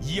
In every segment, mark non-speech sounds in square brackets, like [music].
以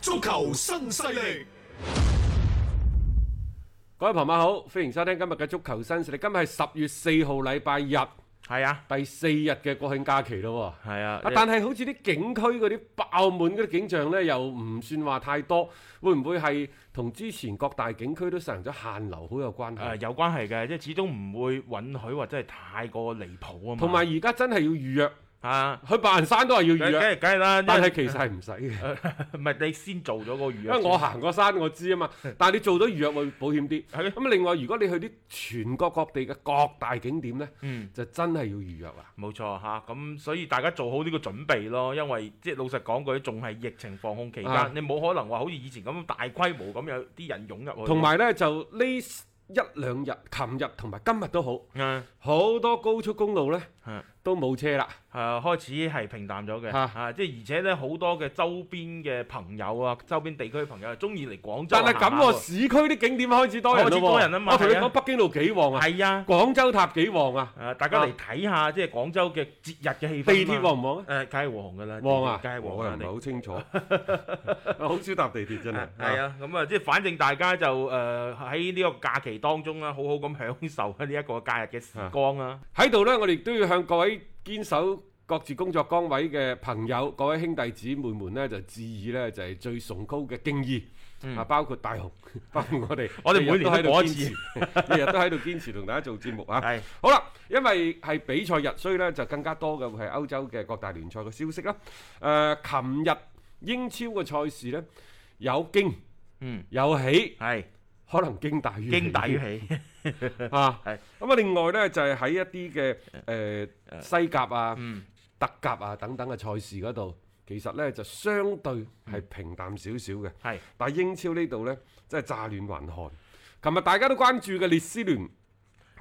足球新勢力，各位朋友好，歡迎收聽今日嘅足球新勢力。今日係十月四號禮拜日，係啊，第四日嘅國慶假期咯喎。係啊啊，但係好似啲景區嗰啲爆滿嗰啲景象呢，又唔算話太多。會唔會係同之前各大景區都實行咗限流好有關誒、係？啊有關係嘅，即係始終唔會允許或者係太過離譜啊嘛。同埋而家真係要預約，啊，去白雲山都係要預梗約，係梗係啦，但係因為其實係唔使嘅，誒唔係你先做咗個預因約為先，我行過山我知啊嘛。但係你做咗預約會保險啲。係咯咁另外，如果你去啲全國各地嘅各大景點呢，嗯就真係要啊預約啦。冇錯嚇，咁、所以大家做好呢個準備咯，因為即係老實講句，仲係疫情防控期間，啊你冇可能話好似以前咁大規模咁有啲人湧入去。同埋呢，就呢一兩日，琴日同埋今日都好，啊好多高速公路呢係都冇車啦。誒、開呃始係平淡咗嘅，嚇嚇、即係而且咧好多嘅周邊嘅朋友啊，周邊地區嘅朋友中意嚟廣州但係行下咁喎，喎，市區啲景點開始多人咯開始多人啊喎。哦嘛我同你係講，啊北京路幾旺啊，係啊。廣州塔幾旺啊，誒，大家嚟睇下即係廣州嘅節日嘅氣氛。地鐵旺？唔旺啊？誒，梗係旺㗎啦，旺啊！梗係我又旺唔啦係。好清楚，我 [laughs] 好少搭地鐵真係。係啊，咁啊，即係反正大家就誒喺呢個假期當中啦，啊好好咁享受啊呢一個假日嘅時光啊。喺度呢，我哋都要向各位堅守各自工作崗位嘅朋友、各位兄弟姊妹們呢，就致以呢，就係、最崇高嘅敬意。啊，包 [laughs] 括大雄，包括我哋，我哋每年都日日過堅一持次，日日都喺度堅持同大家做節目啊。係好啦，因為係比賽日，所以呢就更加多嘅會係歐洲嘅各大聯賽嘅消息啦。誒、琴日英超嘅賽事呢，有驚嗯，有喜，係可能驚大於喜經大於 [laughs] 喜。啊。係咁啊，另外呢，就係、喺一啲嘅誒西甲啊、嗯德甲啊等等嘅賽事嗰度，其實呢就相對係嗯平淡少少嘅。係但係英超呢度呢，真係炸亂雲寒。琴日大家都關注嘅列斯聯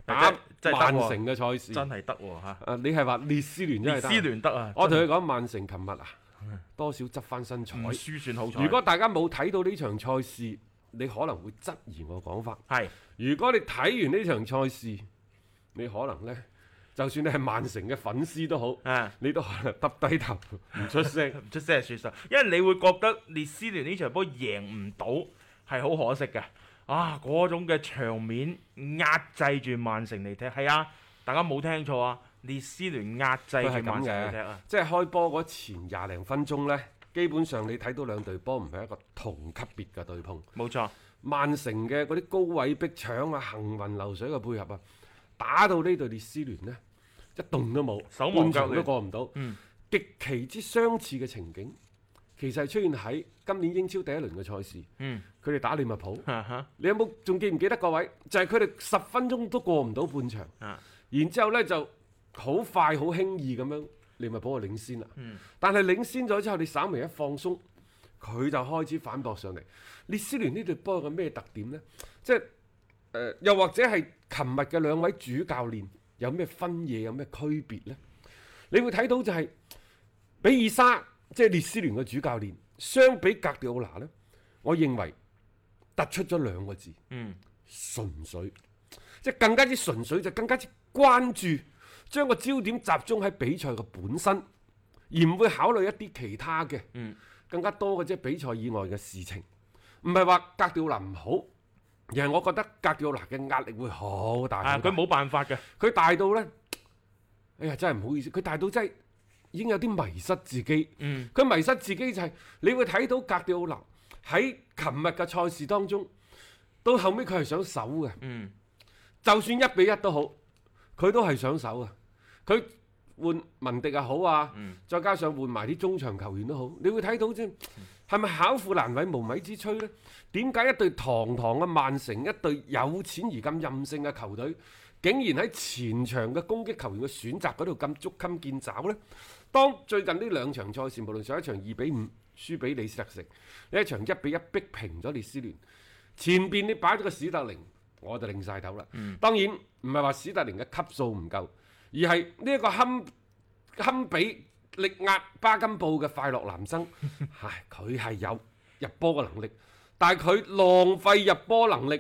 打啊真係真係得曼喎城嘅賽事，真係得喎嚇，啊，你係話列斯聯列真係得斯啊？聯得啊，我同你講，曼城琴日啊，多少執翻身彩。唔輸算好彩。如果大家冇睇到呢場賽事，你可能會質疑我講法。係如果你睇完呢場賽事，你可能呢，就算你係曼城嘅粉絲都好，啊。你都可能耷低頭唔 [laughs] 出聲。唔出聲係算數，因為你會覺得列斯聯呢場波贏唔到係好可惜嘅。啊，嗰種嘅場面壓制住曼城嚟踢，係啊，大家冇聽錯啊，列斯聯壓制佢係住咁曼城嚟踢嘅啊，，即係開波嗰前廿零分鐘呢，基本上你睇到兩隊波唔係一個同級別嘅對碰。冇錯，曼城嘅嗰啲高位逼搶啊、行雲流水嘅配合啊，打到呢隊列斯聯呢，一動都冇，手忙半腳亂場都過唔到。嗯極其之相似嘅情景，其實係出現喺今年英超第一輪嘅賽事，嗯，佢哋打利物浦。 [laughs] 哈哈你有冇仲記唔記得各位？就係佢哋十分鐘都過唔到半場，啊然之後呢就好快好輕易咁樣利物浦就領先啦。嗯但係領先咗之後，你稍微一放鬆，佢就開始反駁上嚟。列斯聯呢隊波有個咩特點呢？即係、呃、又或者係琴日嘅兩位主教練有咩分野，有咩區別呢？你會睇到就係、比爾沙，即係列斯聯嘅主教練，相比格迪奧拿呢，我認為突出咗兩個字。嗯，純粹，即係更加之純粹，就更加之關注，將個焦點集中喺比賽嘅本身，而唔會考慮一啲其他嘅，嗯更加多嘅即係比賽以外嘅事情。唔係話格調拿唔好，而係我覺得格調拿嘅壓力會好大。啊，好大佢冇辦法嘅，佢大到呢，哎呀真係唔好意思，佢大到真係已經有啲迷失自己。嗯，佢迷失自己就係、你會睇到格迪奧拿喺琴日嘅賽事當中，到後尾佢係想守嘅，嗯就算一比一都好，佢都係想守啊。佢換文迪又好啊，嗯再加上換埋啲中場球員都好，你會睇到啫，係咪巧婦難為無米之炊呢？點解一隊堂堂嘅曼城，一隊有錢而咁任性嘅球隊，竟然喺前場嘅攻擊球員嘅選擇嗰度咁捉襟見肘呢？當最近呢兩場賽事，無論上一場二比五輸俾李斯特城，呢一場一比一逼平咗列斯聯，前邊你擺咗個史特靈，我就擰晒頭啦。當然唔係話史特靈嘅級數唔夠，而係呢一個堪堪比力壓巴金布嘅快樂男生，唉，佢係有入波嘅能力，但係佢浪費入波能力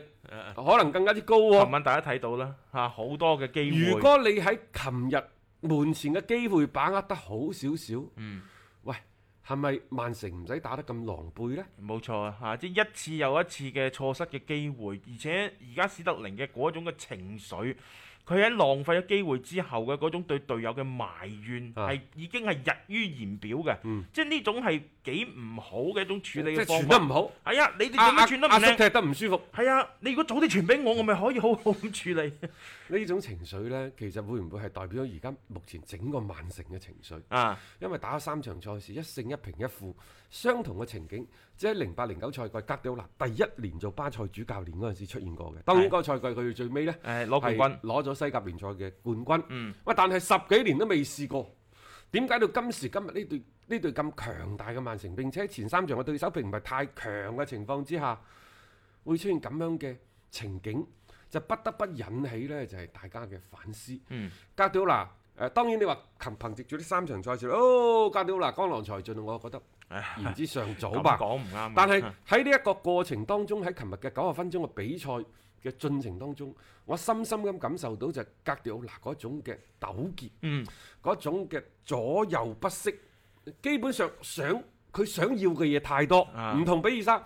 可能更加之高喎、琴晚大家睇到啦，嚇好多嘅機會。如果你喺琴日門前嘅機會把握得好少少，嗯喂，係咪曼城唔使打得咁狼狽呢？冇錯啊，嚇！即係一次又一次嘅錯失嘅機會，而且而家史特靈嘅嗰種嘅情緒，佢喺浪費咗機會之後嘅嗰種對隊友嘅埋怨，啊係、已經係溢於言表嘅。嗯即係呢種係幾唔好嘅一種處即理係嘅方傳得法。唔好，係啊，你哋阿點阿樣傳得唔阿叔靚？踢得唔舒服，係啊，你如果早啲傳俾我，我咪可以好好咁處理。 [laughs] 呢種情緒呢，其實會唔會係代表咗而家目前整個曼城嘅情緒？啊，因為打咗三場賽事，一勝一平一負，相同嘅情景，即係零八零九賽季格迪奧拿第一年做巴塞主教練嗰陣時出現過嘅。當然嗰個賽季佢最尾呢，誒嗯攞冠軍係攞咗西甲聯賽嘅冠軍。嗯，喂，但係十幾年都未試過，點解到今時今日呢隊呢隊咁強大嘅曼城，並且前三場嘅對手並唔係太強嘅情況之下，會出現咁樣嘅情景，就不得不引起呢就係、大家嘅反思。嗯，格調嗱，誒、當然你話憑憑藉住呢三場賽事，哦，格調嗱，江郎才盡，我覺得言之尚早咁吧。講唔啱。啊但係喺呢一個過程當中，喺琴日嘅九十分鐘嘅比賽嘅進程當中，我深深咁感受到就係格迪奧拿嗰種嘅糾結，嗯嗰種嘅左右不適，基本上想佢想要嘅嘢太多，啊唔同比爾沙，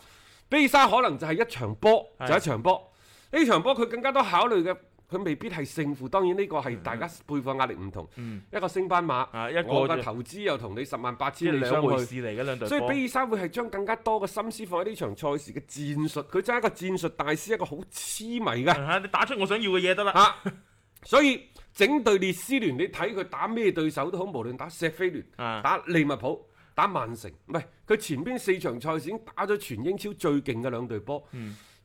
比爾沙可能就係一場波係就一場波，呢場波佢更加多考慮嘅。佢未必係勝負，當然呢個係大家背負嘅壓力唔同。嗯一個升班馬，啊一個我嘅就投資又同你十萬八即千係里兩相回去。事嚟嘅兩隊所以波比爾沙會係將更加多嘅心思放喺呢場賽事嘅戰術，佢真係一個戰術大師，一個好痴迷嘅啊你打出我想要嘅嘢得啦。啊！所以整隊列斯聯，你睇佢打咩對手都好，無論打石飛聯、啊打利物浦、打曼城，唔係佢前邊四場賽事已經打咗全英超最勁嘅兩隊波，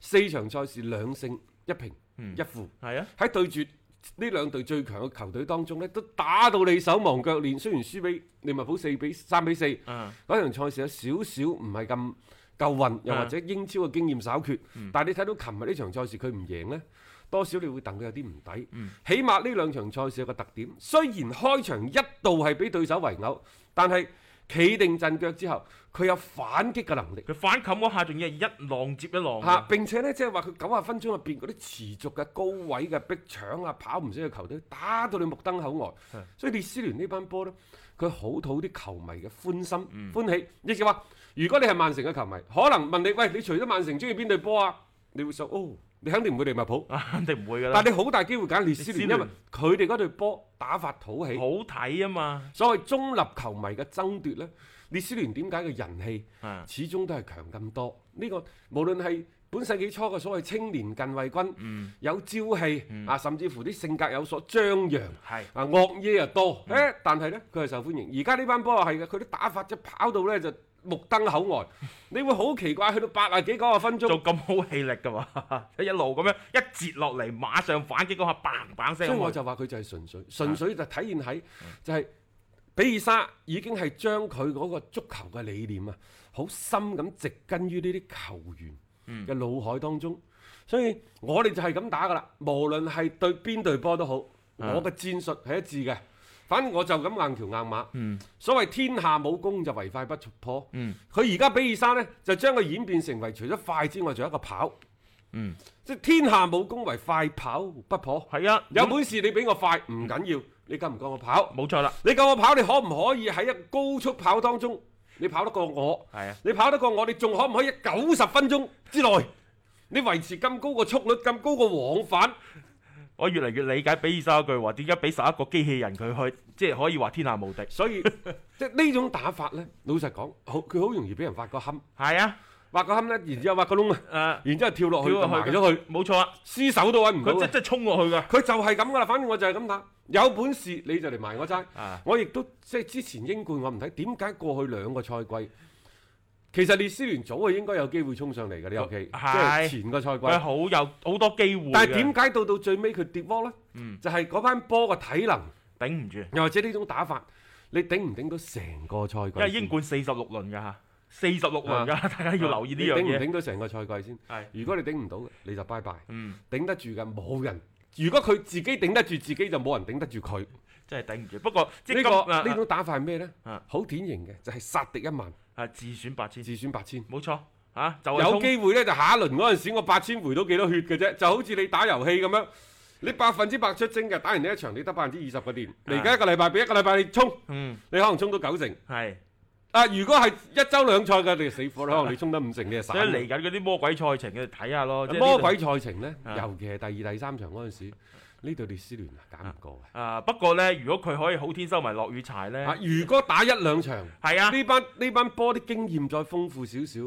四場賽事兩勝一平、一負。係啊，喺對住呢兩隊最強嘅球隊當中呢，都打到你手忙腳亂。雖然輸俾利物浦四比三比四，嗯嗰場賽事有少少唔係咁夠運，又或者英超嘅經驗稍缺。但係你睇到琴日呢場賽事佢唔贏呢，多少你會戥佢有啲唔抵。起碼呢兩場賽事有個特點，雖然開場一度係俾對手圍毆，但係企定陣腳之後，佢有反擊嘅能力。佢反冚嗰下仲要係一浪接一浪㗎。嚇！並且呢，即係話佢九十分鐘入邊嗰啲持續嘅高位嘅逼搶啊、跑唔死嘅球隊，打到你目瞪口呆。所以列斯聯呢班波呢，佢好討啲球迷嘅歡心、嗯歡喜。亦就話，如果你係曼城嘅球迷，可能問你：喂，你除咗曼城，中意邊隊波啊？你會想：哦，你肯定唔會利物浦。啊，肯定唔會㗎啦但。你好大機會揀列斯列斯聯，聯因為佢哋嗰隊波打法討喜。好睇啊嘛，所謂中立球迷嘅爭奪呢，列斯聯點解嘅人氣啊始終都係強咁多？呢、個無論係本世紀初嘅所謂青年近衛軍，有朝氣、啊，甚至乎啲性格有所張揚。係啊，惡嘢又多，誒、但係呢，佢係受歡迎。而家呢班波係嘅，佢啲打法即係跑到呢就目瞪口呆，你會好奇怪，去到八啊幾九十分鐘做，咁好氣力㗎嘛， [laughs] 一路咁樣一截落嚟，馬上反擊嗰下砰砰聲咁去。所以我就話佢就係純粹，純粹就體現喺就係比爾沙已經係將佢嗰個足球嘅理念啊，好深咁植根於呢啲球員嘅腦海當中。所以我哋就係咁打噶啦，無論係對邊隊波都好，我嘅戰術係一致嘅。反正我就咁硬橋硬馬。所謂天下武功就唯快不破。佢而家比爾沙呢，就將佢演變成為除咗快之外，仲有一個跑。即係天下武功唯快跑不破。係啊，有咁本事你比我快唔緊要，你夠唔夠我跑？冇錯啦，你夠我跑，你可唔可以喺一個高速跑當中，你跑得過我？係啊，你跑得過我，你仲可唔可以喺九十分鐘之內，你維持咁高個速率、咁高個往返？我越嚟越理解比爾沙一句話，點解俾十一個機器人佢去，即係可以話天下無敵。 [laughs] 所以即係呢種打法呢，老實講，好佢好容易俾人發個堪。係啊，挖個坑咧，然之後挖個窿啊，誒然之後跳落去跳就落埋去咗佢，冇錯啊，屍首都揾唔到佢啊即！即衝落去㗎。佢就係咁噶啦，反正我就係咁打。有本事你就嚟埋我齋。啊我亦都即係之前英冠我唔睇，點解過去兩個賽季其實列斯聯早就應該有機會衝上嚟嘅，你尤其即哦係係前個賽季。佢好有好多機會㗎，嗯但係點解到到最尾佢跌波呢？就係嗰班波嘅體能，頂唔住？又或者呢種打法，你頂唔頂到成個賽季因先？為英冠四十六輪㗎嚇，四十六輪㗎， [laughs] 大家要留意呢樣啊你頂唔嘢。頂到成個賽季先？係如果你頂唔到嘅，你就拜拜。嗯，頂得住嘅冇人。如果佢自己頂得住自己，就冇人頂得住佢。真係頂唔住。不過即係呢今個啊呢種打法係咩呢啊？好典型嘅就係殺敵一萬，啊自選八千，自損八千。冇錯啊，就係有衝機會呢，就下一輪嗰陣時，我八千回到幾多血嘅啫，就好似你打遊戲咁樣，你百分之百出征嘅，打完呢一場你得百分之二十嘅電，你而家一個禮拜俾一個禮拜你衝，啊嗯你可能衝到九成。係，啊，如果係一週兩賽嘅，你就死火啦，可能你衝得五成，你就散啊所以嚟啦。緊嗰啲魔鬼賽程，你睇下咯。即係呢度魔鬼賽程呢，啊尤其係第二、第三場嗰陣時，呢隊列斯聯啊，揀唔過嘅。啊！不過呢，如果佢可以好天收埋落雨柴呢啊，，如果打一兩場。係啊，呢班呢班波啲經驗再豐富少少，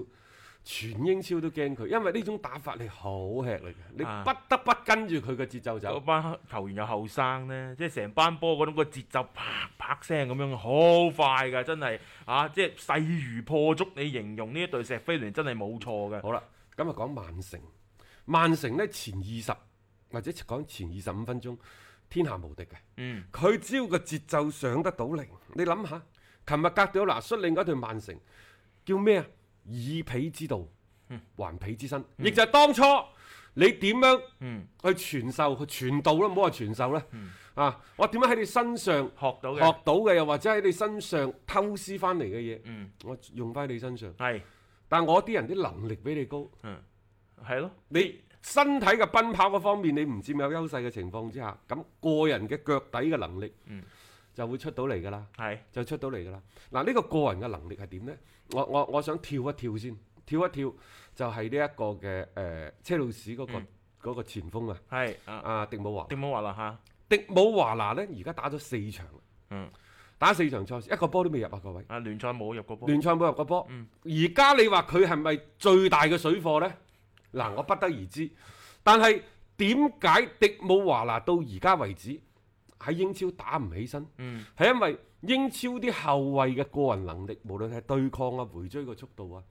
全英超都驚佢，因為呢種打法你好吃力嘅，你啊不得不跟住佢嘅節奏嗰走。班球員又後生呢，即係成班波嗰種個節奏啪啪聲咁樣，好快㗎，真係啊！即係勢如破竹，你形容呢一隊石飛聯真係冇錯嘅。好啦，咁啊講曼城，曼城呢前二十或者講前二十五分鐘天下無敵嘅，嗯，佢只要個節奏上得到嚟，你諗下，琴日格調嗱率領嗰隊曼城叫咩啊？以彼之道嗯還彼之身，亦就係當初你點樣？嗯，去傳授、去傳道啦，唔好話傳授啦。啊，我點樣喺你身上學到嘅學到嘅，又或者喺你身上偷師翻嚟嘅嘢，嗯我用翻你身上。係但我啲人啲能力比你高，係咯，你身體嘅奔跑嗰方面你唔佔有優勢嘅情況之下，咁個人嘅腳底嘅能力嗯就會出到嚟㗎啦。係就出到嚟㗎啦。嗱，呢個個人嘅能力係點呢？我我我想跳一跳先，跳一跳就係呢一個嘅誒、呃車路士嗰、個嗯嗰個前鋒啊，係啊，阿迪姆華。點樣話啦嚇？迪姆華拿呢，而家打咗四場，嗯，打四場賽事，一個波都未入啊！各位，啊聯賽冇入過波，聯賽冇入過波。嗯而家、你話佢係咪最大嘅水貨呢？嗱，我不得而知。但係點解迪姆華拿到而家為止喺英超打唔起身？嗯係因為英超啲後衞嘅個人能力，無論係對抗啊、回追嘅速度啊，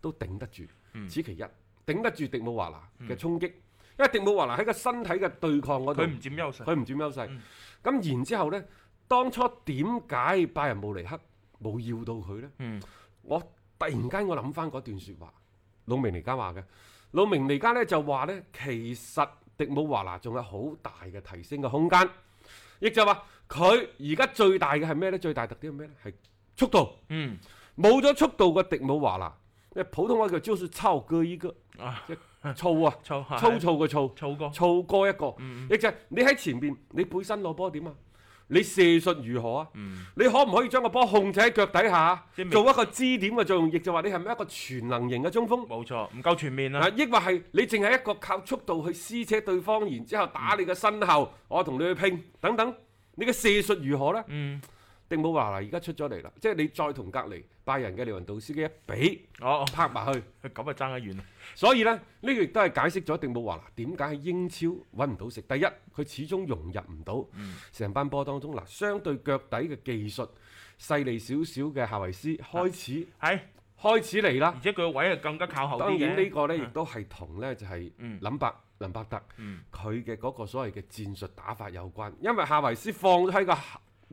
都頂得住。嗯此其一，頂得住迪姆華拿嘅衝擊，因為迪姆華拿喺個身體嘅對抗嗰度，佢唔佔優勢，佢唔佔優勢。咁、嗯然之後呢，當初點解拜仁慕尼黑冇要到佢呢？嗯我突然間我諗翻嗰段説話，魯明尼加話嘅。魯明尼加呢就話呢，其實迪姆華拿仲有好大嘅提升嘅空間，亦就話佢而家最大嘅係咩呢？最大特點係咩呢？係速度，嗯冇咗速度嘅迪姆華拿，因為普通話叫就是操哥依個，啊即係燥啊，粗粗糙嘅燥。粗哥，操過一個，嗯亦就係你喺前邊，你背身攞波點啊？你射術如何啊？嗯你可唔可以將個波控制喺腳底下啊即係未，做一個支點嘅作用？亦就話你係咪一個全能型嘅中鋒？冇錯，唔夠全面啊啦，，抑或係你淨係一個靠速度去撕扯對方，然之後打你嘅身後，我同你去拼等等。你嘅射術如何呢？嗯，迪姆華拿而家出咗嚟啦，即係你再同隔離拜仁嘅利雲道斯基一比哦，拍埋去， [laughs] 咁啊爭得遠啦，所以呢，呢、個亦都係解釋咗迪姆華拿點解喺英超揾唔到食。第一，佢始終融入唔到嗯成班波當中嗱，相對腳底嘅技術細利少少嘅夏維斯啊開始、係，開始嚟啦而。且佢個位係更加靠後當啲然呢嘅，個呢，亦都係同呢就係嗯林伯林伯特嗯佢嘅嗰個所謂嘅戰術打法有關，因為夏維斯放咗喺個啊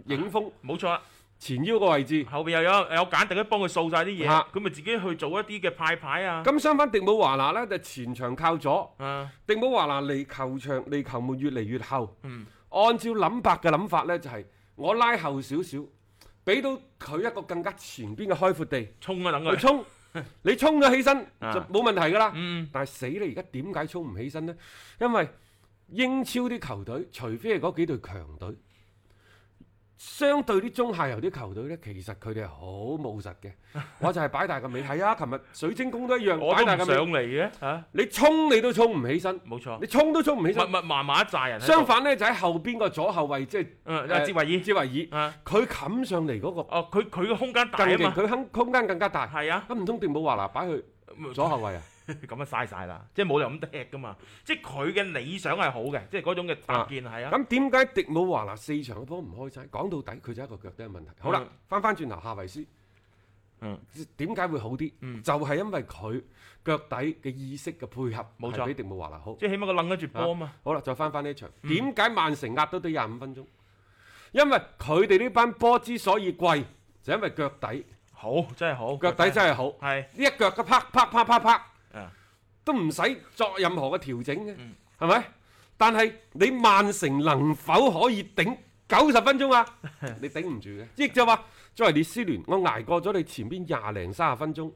影鋒冇錯啦，前腰個位置。後邊又有有簡迪咧幫佢掃晒啲嘢嚇，佢咪自己去做一啲嘅派牌啊，咁相反，迪姆華拿呢，就前場靠左，啊，迪姆華拿離球場離球門越嚟越後。嗯按照諗白嘅諗法呢，就係、我拉後少少，俾到佢一個更加前邊嘅開闊地衝啊等去佢， [laughs] 衝。你衝咗起身啊就冇問題㗎啦。嗯但係死你而家點解衝唔起身呢？因為英超啲球隊，除非係嗰幾隊強隊，相對啲中下游啲球隊呢，其實佢哋係好務實 [laughs] 嘅。我就係擺大個尾，係啊，琴日水晶宮都一樣我擺都唔大上個尾。嚟嘅嚇，你衝你都衝唔起身，冇錯，你衝都衝唔起身密。密麻麻一紮人喺度，相反呢，就喺後邊個左後衞，即係嗯，阿哲維哲維爾啊，爾，佢冚上嚟嗰個 Ờ, 哦，佢佢個空間大更啊勁，嘛，佢空空間更加大。係啊。嗯咁唔通定冇華拿擺去 [laughs] 左後衞啊，咁啊嘥晒啦，即係冇理由咁踢噶嘛。即係佢嘅理想係好嘅，即係嗰種嘅搭建係啊。咁點解迪姆華拿四場嘅波唔開齋？講到底佢就係一個腳底嘅問題。好啦嗯，翻翻轉頭夏維斯，嗯，點解會好啲？嗯就係因為佢腳底嘅意識嘅配合，冇錯錯，比迪姆華拿好。即係起嗯碼佢掹得住波嘛。好啦，再翻翻呢一場，點解曼城壓到得廿五分鐘？因為佢哋呢班波之所以貴，就因為腳底，好，真係好，腳底真係好。呢係一腳嘅啪啪啪啪啪啊，都唔使作任何嘅調整嘅，係咪？但係你曼城能否可以頂九十分鐘啊？你頂唔住嘅，亦就話作為列斯聯，我捱過咗你前邊廿零三十分鐘，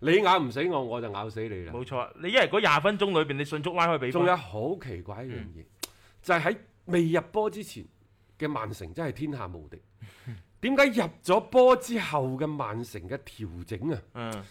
你咬唔死我，我就咬死你啦。冇錯。你因為嗰廿分鐘裏邊，你迅速拉開比分仲有。好奇怪一樣嘢，就係喺未入波之前嘅曼城真係天下無敵。點解入咗波之後嘅曼城嘅調整啊？嗯，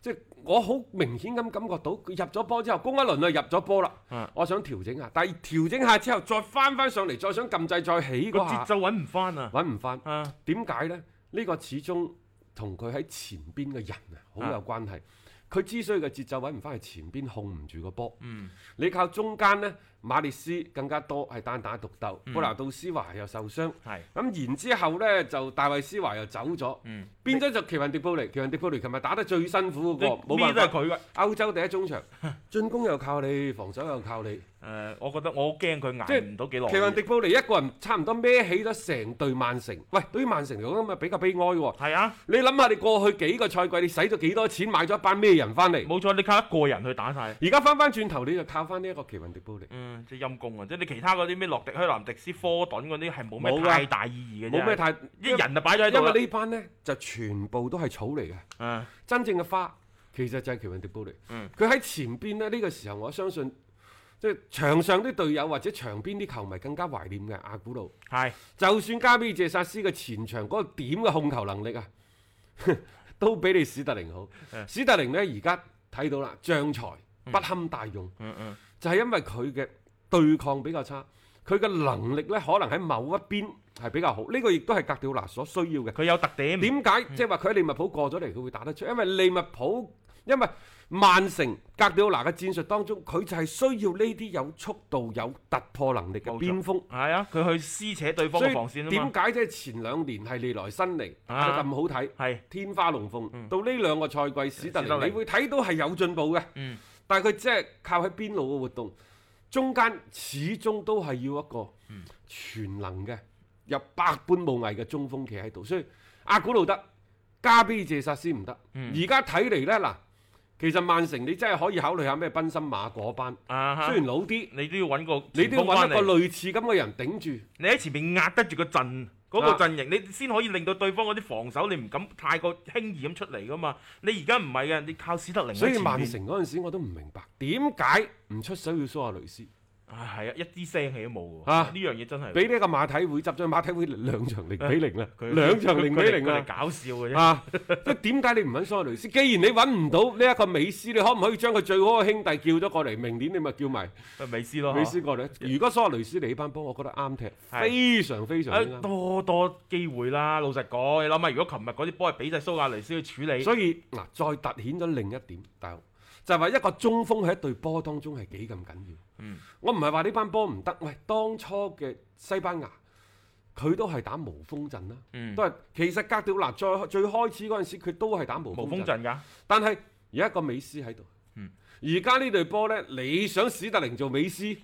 即係我好明顯咁感覺到，佢入咗波之後，攻一輪啊入咗波啦，嗯我想調整下，但係調整下之後再翻翻上嚟，再想撳掣再起個嗰節下，奏揾唔翻啊。揾唔翻。啊，點解呢？呢、個始終同佢喺前邊嘅人啊，好有關係。佢之所以嘅節奏揾唔翻，係前邊控唔住個波。嗯你靠中間呢，馬列斯更加多係單打獨鬥，嗯布拿杜斯華又受傷。係。咁然之後呢，就大衛斯華又走咗，嗯變咗就奇雲迪布尼。奇雲迪布尼琴日打得最辛苦嗰個，冇咩辦都係法。佢嘅。歐洲第一中場， [laughs] 進攻又靠你，防守又靠你。誒，我覺得我好驚佢即捱係唔到幾耐。奇雲迪布尼一個人差唔多孭起咗成隊曼城。喂，對於曼城嚟講咁啊比較悲哀喎。係啊，你諗下，你過去幾個賽季你使咗幾多錢買咗一班咩人翻嚟？冇錯，你靠一個人去打晒。而家翻翻轉頭你就靠翻呢一個奇雲迪布尼。嗯，即係陰公啊！即係你其他嗰啲咩洛迪、香南迪斯、科頓嗰啲係冇冇咩㗎太大意義嘅啫，冇咩太，一人就擺咗喺因度啦為呢班呢，就全部都係草嚟嘅，嗯真正嘅花其實就係奇雲迪布尼。嗯佢喺、前邊呢，呢、個時候我相信，即係場上啲隊友或者場邊啲球迷更加懷念嘅阿古路。係就算加比謝薩斯嘅前場嗰個點嘅控球能力啊， [laughs] 都比你史特靈好。史特靈呢，而家睇到啦，將才不堪大用。嗯嗯就係因為佢嘅對抗比較差，佢嘅能力呢可能喺某一邊係比較好，呢、個亦都係格調拿所需要嘅。嗯佢有特點。 [laughs] 點解即係話佢喺利物浦過咗嚟，佢會打得出？因為利物浦，因為曼城格調拿嘅戰術當中，佢就係需要呢啲有速度、有突破能力嘅冇錯邊鋒。係啊，佢去撕扯對方所嘅以防線啊點嘛。解即係前兩年係利來新嚟打啊得咁好睇？係天花龍鳳。到呢兩個賽季，史特嗯史特靈靈你會睇到係有進步嘅，嗯但係佢只係靠喺邊路嘅活動，中間始終都係要一個嗯全能嘅、有百般武藝嘅中鋒企喺度，所以阿古路得，加比謝薩斯唔得。嗯而家睇嚟呢，嗱，其實曼城你真係可以考慮下咩賓森馬嗰班，啊哈雖然老啲，你都要揾個你都前鋒要揾返一個嚟類似咁嘅人頂住。你喺前面壓得住個陣，嗰、啊個陣型，你先可以令到對方嗰啲防守你唔敢太過輕易咁出嚟噶嘛。你而家唔係嘅，你靠史特靈喺所以前曼面城嗰陣時我都唔明白點解唔出手要蘇亞雷斯，啊係啊，一啲聲氣都冇喎。啊呢樣嘢真係 [laughs] 俾呢一個馬體會執咗馬體會兩場零比零啦，佢兩場零比佢哋零佢哋啦。搞笑嘅啫。啊！即係點解你唔揾蘇亞雷斯？既然你揾唔到呢一個美斯，你可唔可以將佢最好嘅兄弟叫咗過嚟？明年你咪叫埋咪美斯咯，美斯過嚟。如果蘇亞雷斯你呢班波，我覺得啱踢，係非常非常之誒啱。多多機會啦。老實講，你諗下，如果琴日嗰啲波係俾晒蘇亞雷斯去處理，所以嗱，再凸顯咗另一點，大佬就係、話一個中鋒喺一隊波當中係幾咁緊要。嗯我唔係話呢班波唔得，喂，當初嘅西班牙佢都係打無鋒陣啦，嗯都係其實格調嗱最最開始嗰陣時佢都係打無無鋒風陣，陣嗯㗎，但係而家個美斯喺度。而家呢隊波呢，你想史特靈做美 [laughs] 斯，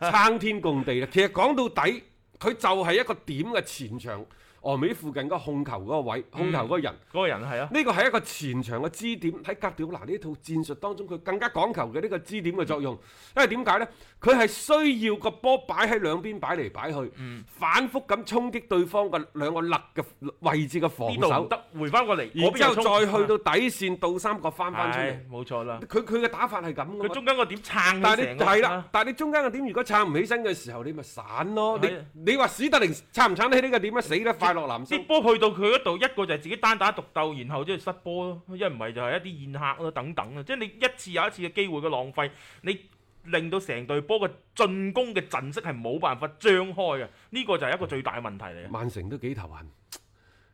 撐天共地啦！其實講到底，佢就係一個點嘅前場，俄美附近嗰個控球嗰個位，控球嗰個人。嗰個人係啊，呢個係一個前場嘅支點，喺格調拿呢套戰術當中，佢更加講求嘅呢個支點嘅作用。因為點解呢？佢係需要個波擺喺兩邊擺嚟擺去，嗯反覆咁衝擊對方嘅兩個勒嘅位置嘅防呢度唔守，得，回翻過嚟，哦然嗰之邊後又啊衝再去到底線倒三角翻翻出嚟係。冇錯啦。佢佢嘅打法係咁㗎嘛佢中間個點撐佢但係成你個啊係啦，，但係你中間嘅點如果撐唔起身嘅時候，你咪散咯。係啊你你話史特靈撐唔撐得起呢個點啊？死啦！快樂男啲生，波去到佢嗰度，一個就係自己單打獨鬥，然後即係失波咯，一唔係就係一啲宴客咯，等等啊，即係你一次又一次嘅機會嘅浪費，你令到成隊波嘅進攻嘅陣式係冇啊辦法張開嘅，呢個就係一個最大嘅問題嚟嘅。曼城都幾頭痕，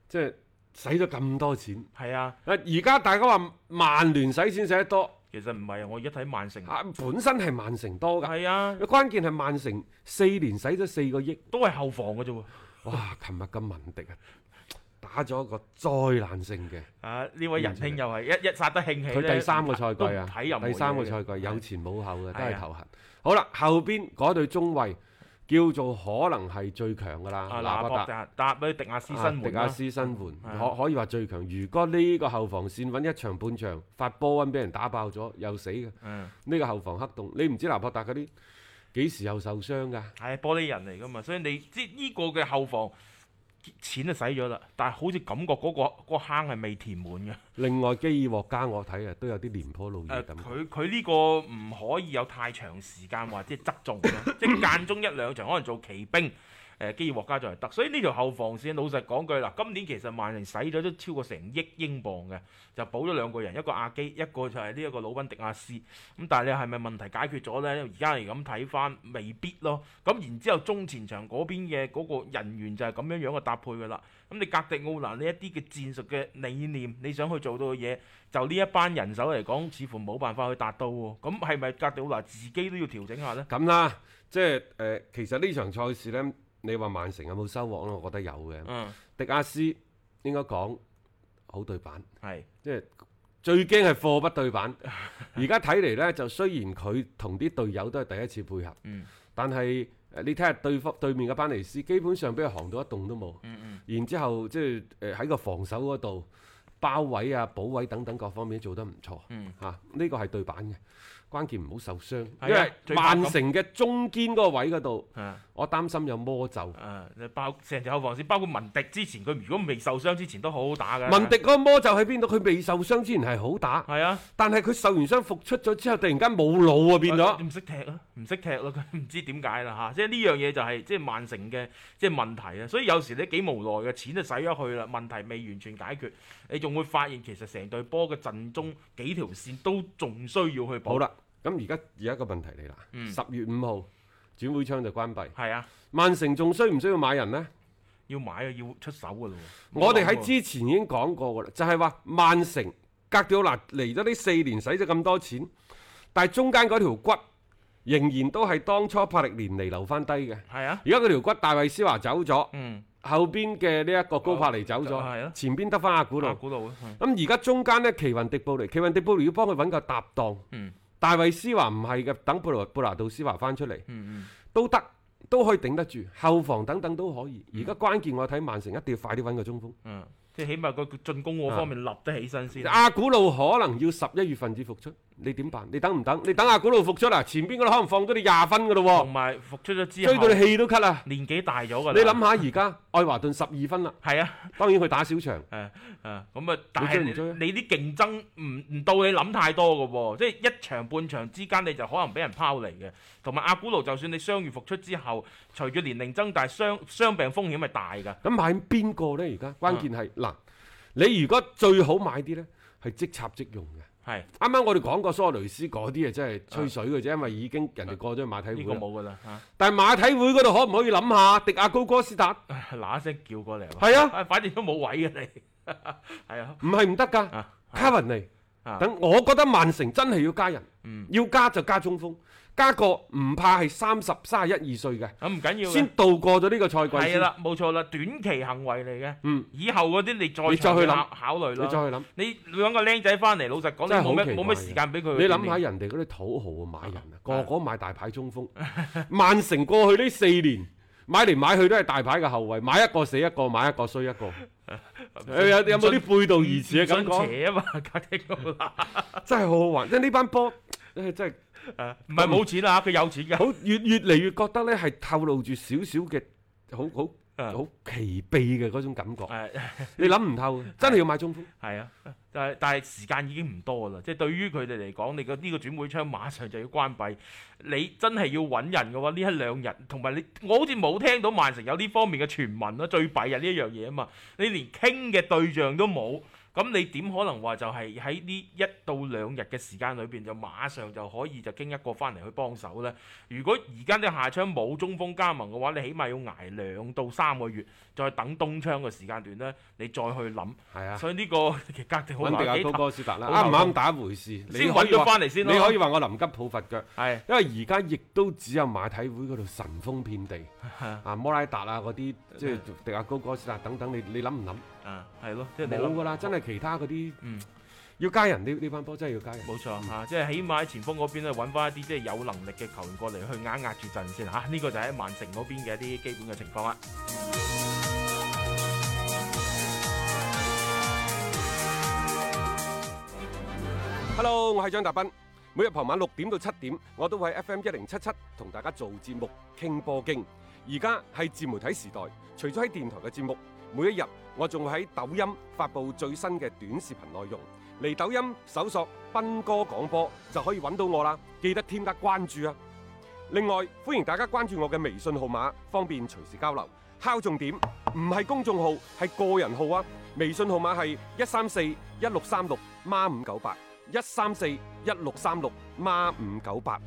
即係使咗咁多錢。係啊，啊！而家大家話曼聯使錢使得多，其實唔係啊，我而家睇曼城，啊本身係曼城多㗎。係啊，關鍵係曼城四年使咗四個億，都係後防嘅啫喎。哇！琴日嘅文迪啊，打咗一個災難性嘅，啊！呢位仁兄又係一一殺得興起佢咧第三個賽季都唔啊，睇任何嘢第三個嘅賽季有前冇後嘅，都係係啊頭痕。好啦，後邊嗰對中衞叫做可能係最強㗎啦，啊！拿拿伯博達。達搭俾迪亞斯啊新迪援亞啦，斯新係援啊可可以話最強。如果呢個後防線揾一場半場發波瘟俾人打爆咗，又死嘅。嗯，呢個後防黑洞，你唔知拿破達嗰啲幾時又受傷㗎？係玻璃人嚟噶嘛，所以你即係呢個嘅後防錢就使咗啦，但係好似感覺嗰、個嗰個坑係未填滿嘅。另外基爾獲加我睇啊，都有啲廉頗老誒嘢呃咁。佢佢呢個唔可以有太長時間或者係側重 [laughs] 咯，即係間中一兩場可能做奇兵，誒、呃基爾獲加就係得。所以呢條後防線老實講句啦，今年其實曼城使咗都超過成億英鎊嘅，就補咗兩個人，一個阿基，嗯一個就係呢一個魯賓迪亞斯。咁但係你係咪問題解決咗呢？而家嚟咁睇翻，未必咯。咁然之後中前場嗰邊嘅嗰個人員就係咁樣樣嘅搭配㗎啦。咁你格迪奧拿呢一啲嘅戰術嘅理念，你想去做到嘅嘢？就呢一班人手嚟講，似乎冇辦法去達到喎。咁係咪格迪奧拿自己都要調整下呢？咁啦，即係誒、呃其實呢場賽事呢，你話曼城有冇收穫咧？我覺得有嘅。嗯，迪亞斯應該講好對版，係即係最驚係貨不對版。而家睇嚟呢，就雖然佢同啲隊友都係第一次配合，嗯但係呃你睇下對方對面嘅班尼斯，基本上俾佢行到一棟都冇。嗯嗯，然之後即係誒喺個防守嗰度包位啊、補位等等各方面都做得唔錯。嗯嚇呢個係對版嘅，關鍵唔好受傷。啊因為最怕咁曼城嘅中堅嗰個位嗰度，啊我擔心有魔咒。啊，包成條後防線，包括文迪之前，佢如果未受傷之前都好好打㗎。文迪嗰個魔咒喺邊度？佢未受傷之前係好打，係啊，但係佢受完傷復出咗之後，突然間冇腦啊，變咗。唔識踢咯，唔識踢咯，佢 [laughs] 唔知點解啦嚇。即係呢樣嘢就係即係曼城嘅即係問題啊。所以有時你幾無奈嘅，錢就使咗去啦，問題未完全解決，你仲會發現其實成隊波嘅陣中幾條線都仲需要去補。好，啦，咁而家而家個問題嚟啦，嗯十月五號轉會窗就關閉，係啊，曼城仲需唔需要買人呢？要買啊，要出手㗎咯喎。我冇哋諗喺喎之前已經講過噶啦，就係話曼城格調嗱嚟咗呢四年使咗咁多錢，但係中間嗰條骨仍然都係當初帕力連尼留翻低嘅。係啊，而家嗰條骨大衛斯華走咗，嗯，後邊嘅呢一個高帕尼走就係咗咯，前邊得翻阿古路阿。古路啊，嗯咁而家中間呢，奇雲迪布尼，奇雲迪布尼要幫佢揾個搭檔。嗯大衛斯華唔係嘅，等布羅布拿杜斯華翻出嚟嗯都得，都可以頂得住，後防等等都可以。而家關鍵我睇曼城一定要快啲揾個中鋒。嗯嗯，即係起碼個進攻啊嗰方面立得起身先。阿古路可能要十一月份至復出，你點辦？你等唔等？你等阿古路復出啊？前邊嗰度可能放咗你廿分噶咯同埋復出咗喎，之追後到，你氣都咳啦！年紀大咗㗎啦。你諗下而家愛華頓十二分啦，係啊，當然佢打小場，誒咁啊，但係追唔你追啊你啲競爭唔唔到你諗太多㗎喎，即係一場半場之間你就可能俾人拋離嘅。同埋阿古路就算你傷愈復出之後，隨住年齡增大，傷傷病風險係大㗎。咁買邊個呢？而啊家關鍵係嗱，你如果最好買啲呢，係即插即用嘅。係啱啱我哋講過蘇亞雷斯嗰啲啊，真係吹水嘅啫，因為已經人哋過咗去馬體啊呢會啊個啦。冇㗎啦啊嚇，但係馬體會嗰度可唔可以諗下迪亞高哥斯達？ [laughs] 啊嗱一聲叫過嚟喎。係啊， [laughs] 啊，反正都冇位嘅你。 [laughs] 係啊，唔係唔得㗎。啊卡文尼啊等，我覺得曼城真係要加人，嗯要加就加中鋒，加個唔怕係三十、三十一二歲嘅，啊咁唔緊要嘅先。度過咗呢個賽季係先，啦，冇錯啦，短期行為嚟嘅。嗯，以後嗰啲你再你再去諗考考慮你再去啦。諗。你揾個僆仔翻嚟，老實講，真係你冇好咩奇冇怪咩嘅時間俾佢。你諗下，人哋嗰啲土豪啊買人啊，個個買大牌中鋒， [laughs] 曼城過去呢四年。買嚟買去都係大牌嘅後衞，買一個死一個，買一個衰一 [laughs] 個。有有有冇啲背道而馳嘅感唔信覺？邪啊嘛， [laughs] 格迪奧拿真係好好玩，即係呢班波，唉真係唔係冇錢啦，佢有錢㗎。好越越嚟越覺得呢係透露住少少嘅好好啊好奇秘嘅嗰種感覺，誒你諗唔透嘅，啊啊真係要買中鋒。係啊，但係但係時間已經唔多啦，即係對於佢哋嚟講，你個呢個轉會窗馬上就要關閉，你真係要揾人嘅話，呢一兩日同埋你，我好似冇聽到曼城有呢方面嘅傳聞啦，最弊係呢一樣嘢啊嘛，你連傾嘅對象都冇，咁你點可能話就係喺呢一到兩日嘅時間裏邊就馬上就可以就經一個翻嚟去幫手呢？如果而家啲下窗冇中鋒加盟嘅話，你起碼要捱兩到三個月，再等冬窗嘅時間段呢，你再去諗。係啊。所以呢個 [laughs] 其實格迪好穩定難阿幾高頭哥斯達啦，好難啱唔啱打回事？你先可揾以咗話翻嚟先你咯。可以話我臨急抱佛腳，係因為而家亦都只有馬體會嗰度神風遍地，啊摩拉達啊嗰啲，嗯即係迪亞高哥斯達等等，你你諗唔諗？啊，係咯，即係你冇諗㗎啦，真係其他嗰啲嗯，要加人呢呢班波真係要加人。冇錯嚇、啊即係起碼喺前鋒嗰邊咧揾翻一啲即係有能力嘅球員過嚟去壓壓住陣先嚇。啊呢、個就係曼城嗰邊嘅一啲基本嘅情況啦。 Hello，我係張達斌。每日傍晚六點到七點，我都會喺 FM 一零七七同大家做節目傾波經。而家係自媒體時代，除咗喺電台嘅節目，每一日我仲會喺抖音發布最新嘅短視頻內容。嚟抖音搜索斌哥廣播就可以揾到我啦，記得添加關注啊！另外，歡迎大家關注我嘅微信號碼，方便隨時交流。敲重點，唔係公眾號，係個人號啊！微信號碼係一三四一六三六孖五九八，一三四一六三六孖五九八。